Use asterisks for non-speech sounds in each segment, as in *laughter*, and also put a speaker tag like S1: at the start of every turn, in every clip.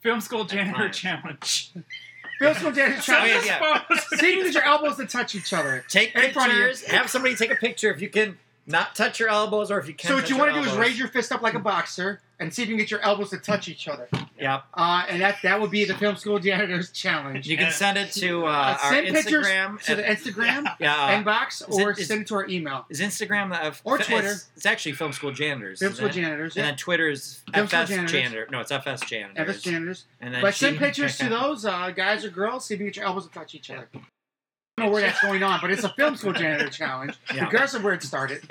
S1: Film school janitor
S2: fine. *laughs*
S1: challenge.
S3: Film school janitor
S1: Send
S3: challenge.
S2: yeah,
S1: us
S2: yeah.
S1: photos when
S3: Seeing
S1: you-
S3: that your elbows to touch each other.
S2: Take
S3: In front of you.
S2: pictures. Have somebody take a picture if you can not touch your elbows or if you can.
S3: So what you
S2: want
S3: want to do is raise your fist up like a boxer and see if you can get your elbows to touch each other.
S2: Yeah.
S3: Uh, and that that would be the film school janitor's challenge.
S2: You can send it to uh, our
S3: send pictures
S2: Instagram.
S3: to the
S2: at-
S3: Instagram uh,
S2: yeah,
S3: inbox
S2: is it-
S3: or
S2: is-
S3: send it to our email.
S2: is Instagram the uh, F-
S3: Or
S2: it's-
S3: Twitter.
S2: It's actually Film School Janitors.
S3: Film school
S2: isn't it?
S3: janitors.
S2: And
S3: Yeah.
S2: then Twitter is
S3: Film School
S2: FS
S3: Janitors.
S2: Janitor. No, it's FS Janitors.
S3: FS janitors.
S2: And then
S3: But send
S2: she-
S3: pictures to those uh, guys or girls. See if you get your elbows to touch each other. I don't know where that's going on, but it's a film school janitor challenge,
S2: *laughs* Yeah.
S3: regardless of where it started.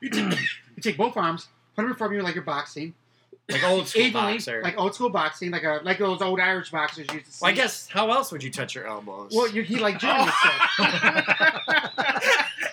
S3: You, take, you take both arms, put them in front of you like you're boxing,
S2: Like old school
S3: evenly,
S2: boxer.
S3: like old school boxing, like a like those old Irish boxers used to. See.
S2: well, I guess how else would you touch your elbows? *laughs*
S3: Well, you, he like Jeremy said.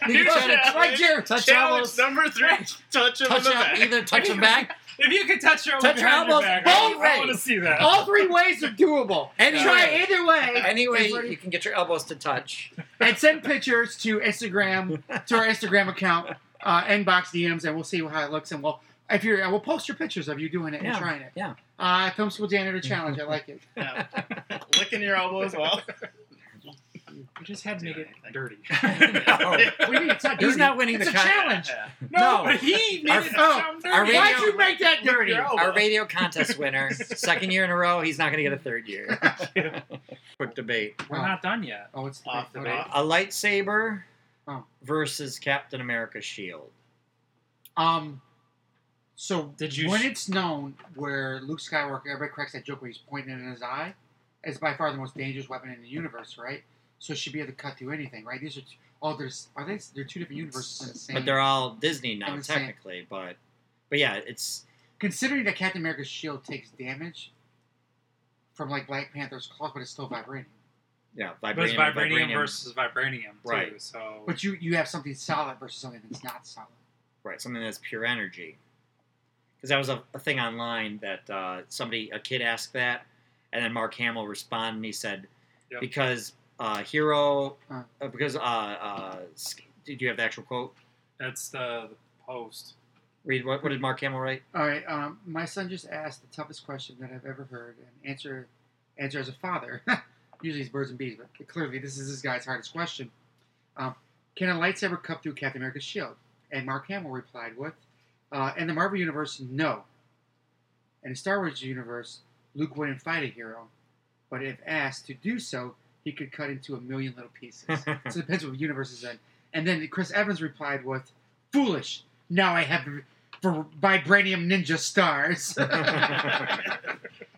S1: New
S3: you try to
S1: challenge.
S3: like Jeremy.
S2: touch your
S4: Challenge
S2: elbows. *laughs*
S4: number three: touch him in
S2: Touch
S4: the
S2: your-
S4: back.
S2: either touch them back.
S1: If you could touch your
S2: Touch your
S1: behind
S2: elbows
S1: back,
S2: both
S1: I, I want to
S2: ways.
S1: see that.
S3: All three ways are doable.
S2: Anyway.
S3: try
S2: *laughs*
S3: either way.
S2: Anyway,
S3: It's like-
S2: you can get your elbows to touch.
S3: and send pictures to Instagram to our Instagram account, uh, inbox DMs, and we'll see how it looks. And we'll if you're, and we'll post your pictures of you doing it
S2: Yeah,
S3: and trying it.
S2: yeah.
S3: Uh, film school janitor challenge. I like it.
S4: Yeah. Oh, Licking your elbows
S2: *laughs*
S4: while.
S1: You just had to make it
S4: *laughs*
S1: dirty. *laughs*
S2: No.
S3: What do you mean? It's
S2: *laughs*
S3: not
S2: He's
S3: dirty.
S2: not winning
S3: It's
S2: the
S3: a
S2: contest.
S3: challenge.
S4: Yeah.
S2: No.
S1: but he made
S2: Our-
S1: it
S3: oh,
S1: sound dirty.
S2: our radio-
S3: Why'd you make that dirty?
S4: Your
S2: Our
S4: elbow.
S2: radio contest *laughs* winner, second year in a row, he's not going to get a third year. *laughs* Quick debate:
S1: We're not done yet.
S3: Oh, it's
S4: Off the
S3: okay.
S4: bat.
S2: a lightsaber
S3: Oh.
S2: versus Captain America's shield.
S3: Um. So
S1: Did you
S3: when
S1: sh-
S3: it's known where Luke Skywalker, everybody cracks that joke where he's pointing in his eye, is by far the most dangerous weapon in the universe, right? So it should be able to cut through anything, right? These are t- oh, there's are they? They're two different universes in the same.
S2: But they're all Disney now,
S3: I'm saying-
S2: technically. But but yeah, it's
S3: considering that Captain America's shield takes damage from like Black Panther's claws, but it's still vibrating.
S2: yeah,
S1: It was
S2: vibranium,
S1: vibranium,
S2: vibranium.
S1: versus vibranium, too.
S2: Right.
S1: So
S3: But you you have something solid versus something that's not solid.
S2: right something that's pure energy. Because that was a, a thing online that uh, somebody a kid asked that, and then Mark Hamill responded and he said
S1: Yep.
S2: because uh, hero
S3: Huh.
S2: uh, because uh, uh, s- did you have the actual quote?
S1: that's the post.
S2: Read what, what did Mark Hamill write?
S3: All right, um, my son just asked the toughest question that I've ever heard, and answer answer as a father. *laughs* Usually it's birds and bees, but clearly this is this guy's hardest question. Um, can a lightsaber cut through Captain America's shield? And Mark Hamill replied with, uh, "In the Marvel universe, no. In the Star Wars universe, Luke wouldn't fight a hero, but if asked to do so, he could cut into a million little pieces." *laughs* so it depends what universe is in. And then Chris Evans replied with, "Foolish! Now I have for vibranium ninja
S2: *laughs*
S3: stars." *laughs*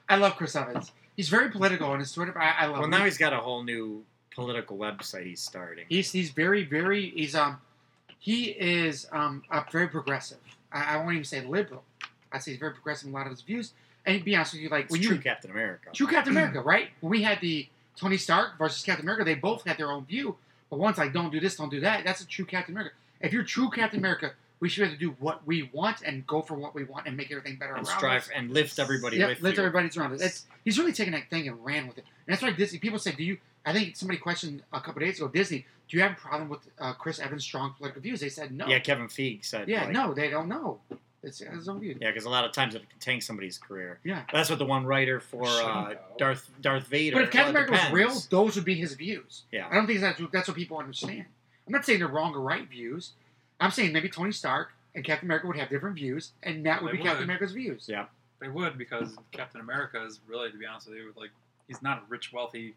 S3: I love Chris Evans. He's very political and it's sort of I, I love.
S2: well,
S3: him.
S2: now he's got a whole new political website he's starting.
S3: he's he's very very he's um he is um uh, very progressive. I, I won't even say liberal. I say he's very progressive in a lot of his views. And to be honest with you, like
S2: it's
S3: when
S2: true
S3: you
S2: Captain America.
S3: True Captain
S2: *clears throat*
S3: America, right? When we had the Tony Stark versus Captain America, they both had their own view. But once like, don't do this, don't do that. That's a true Captain America. If you're true Captain America, we should be able to do what we want and go for what we want and make everything better
S2: and
S3: around
S2: strive
S3: us.
S2: and lift everybody
S3: Yeah,
S2: with
S3: lift
S2: you.
S3: everybody's around us. That's, he's really taken that thing and ran with it. And that's why Disney. People say, "Do you?" I think somebody questioned a couple days ago, Disney, "Do you have a problem with uh, Chris Evans' strong political views?" They said, "No."
S2: Yeah, Kevin Feige said.
S3: Yeah,
S2: like,
S3: no, they don't know. It's, it's his own view.
S2: Yeah, because a lot of times it can tank somebody's career.
S3: Yeah.
S2: That's what the one writer for
S1: Shouldn't
S2: uh,
S1: go.
S2: Darth Darth Vader.
S3: But if Captain
S2: well, it
S3: America was real,
S2: depends.
S3: those would be his views. I
S2: yeah,
S3: don't think that's that's what people understand. I'm not saying they're wrong or right views. I'm saying maybe Tony Stark and Captain America would have different views, and that would
S1: They
S3: be Captain
S1: would.
S3: America's views.
S2: Yeah.
S1: They would because Captain America is really, to be honest with you, like he's not a rich, wealthy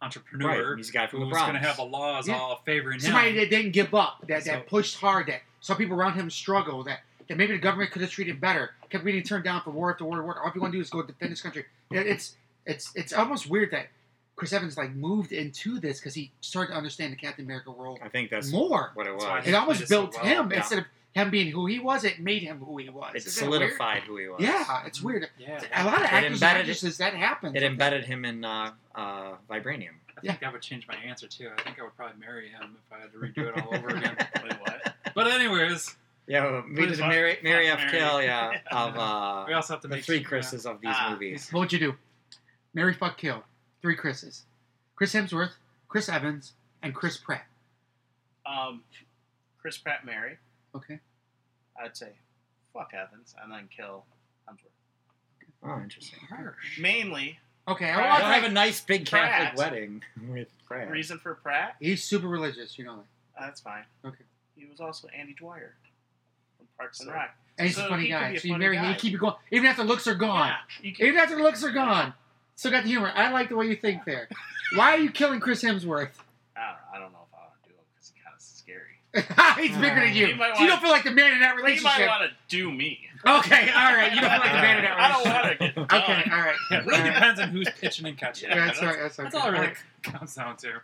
S1: entrepreneur
S2: right. He's a guy from the
S1: who's
S2: Bronx.
S1: going to have the laws
S3: Yeah.
S1: all favoring him.
S3: Somebody that didn't give up, that,
S1: So-
S3: that pushed hard, that saw people around him struggle, that, that maybe the government could have treated better, kept getting turned down for war after war after war. All you want to do is go defend this country. It- It's it's it's almost weird that Chris Evans like moved into this because he started to understand the Captain America role
S2: I think that's
S3: more.
S2: what it
S1: That's why
S2: was.
S1: he
S3: It almost
S1: played it so
S3: built
S1: well.
S3: him
S2: Yeah.
S3: instead of him being who he was. It made him who he was.
S2: It
S3: Isn't that weird?
S2: solidified who he was.
S3: Yeah, it's weird.
S1: yeah,
S3: A lot of actors and
S2: embedded-
S3: actresses that happens.
S2: It embedded him in uh, uh, vibranium.
S1: I think that would change my answer too. I think I would probably marry him if I had to redo it all over
S3: *laughs*
S1: again. Wait, what? But anyways,
S2: Yeah, we
S4: is
S2: did
S4: what-
S2: Mary, Mary
S4: what
S2: F. Kill.
S4: Mary-
S2: Yeah, of
S1: we
S3: *laughs*
S2: uh,
S1: also have to
S2: the
S1: make
S2: three
S1: yeah.
S2: Chris's of these
S4: Ah.
S2: movies.
S3: What would you do? Mary fuck kill. Three Chris's. Chris Hemsworth, Chris Evans, and Chris Pratt.
S4: Um, Chris Pratt, Mary.
S3: Okay.
S4: I'd say, fuck Evans, and then kill Hemsworth.
S2: Oh, interesting.
S3: Harsh.
S4: Mainly,
S3: Okay,
S4: Pratt.
S3: I
S2: Well,
S3: want
S2: I have a nice big Catholic
S4: Pratt.
S2: wedding with Pratt.
S4: reason for Pratt.
S3: He's super religious, you know that.
S4: Uh, that's fine.
S3: Okay.
S4: He was also Andy Dwyer from Parks and
S2: So-
S4: Rock.
S3: And he's
S4: So
S3: a funny
S4: he could
S3: guy.
S4: be a
S3: So you
S4: funny
S3: marry him,
S4: guy.
S3: you keep it going. Even after the looks are gone.
S4: Yeah, you can,
S3: Even after the looks are gone. Still got the humor. I like the way you think there. Why are you killing Chris Hemsworth? *laughs*
S4: I, don't, I don't know if I want to do him because he's kind of scary.
S3: he's bigger than
S2: Uh,
S3: you.
S4: you might
S3: so you
S4: wanna-
S3: don't feel like the man in that
S4: He might
S3: relationship.
S4: want to do me.
S3: Okay, all right. You don't feel like the man in that
S4: I don't
S3: relationship.
S4: want to get done.
S3: Okay, all right.
S1: Yeah, it really
S3: All right.
S1: depends on who's pitching and catching.
S3: Yeah, that's, all right. That's,
S1: That's
S3: okay.
S1: all it
S3: All
S1: really
S3: right.
S1: comes down to.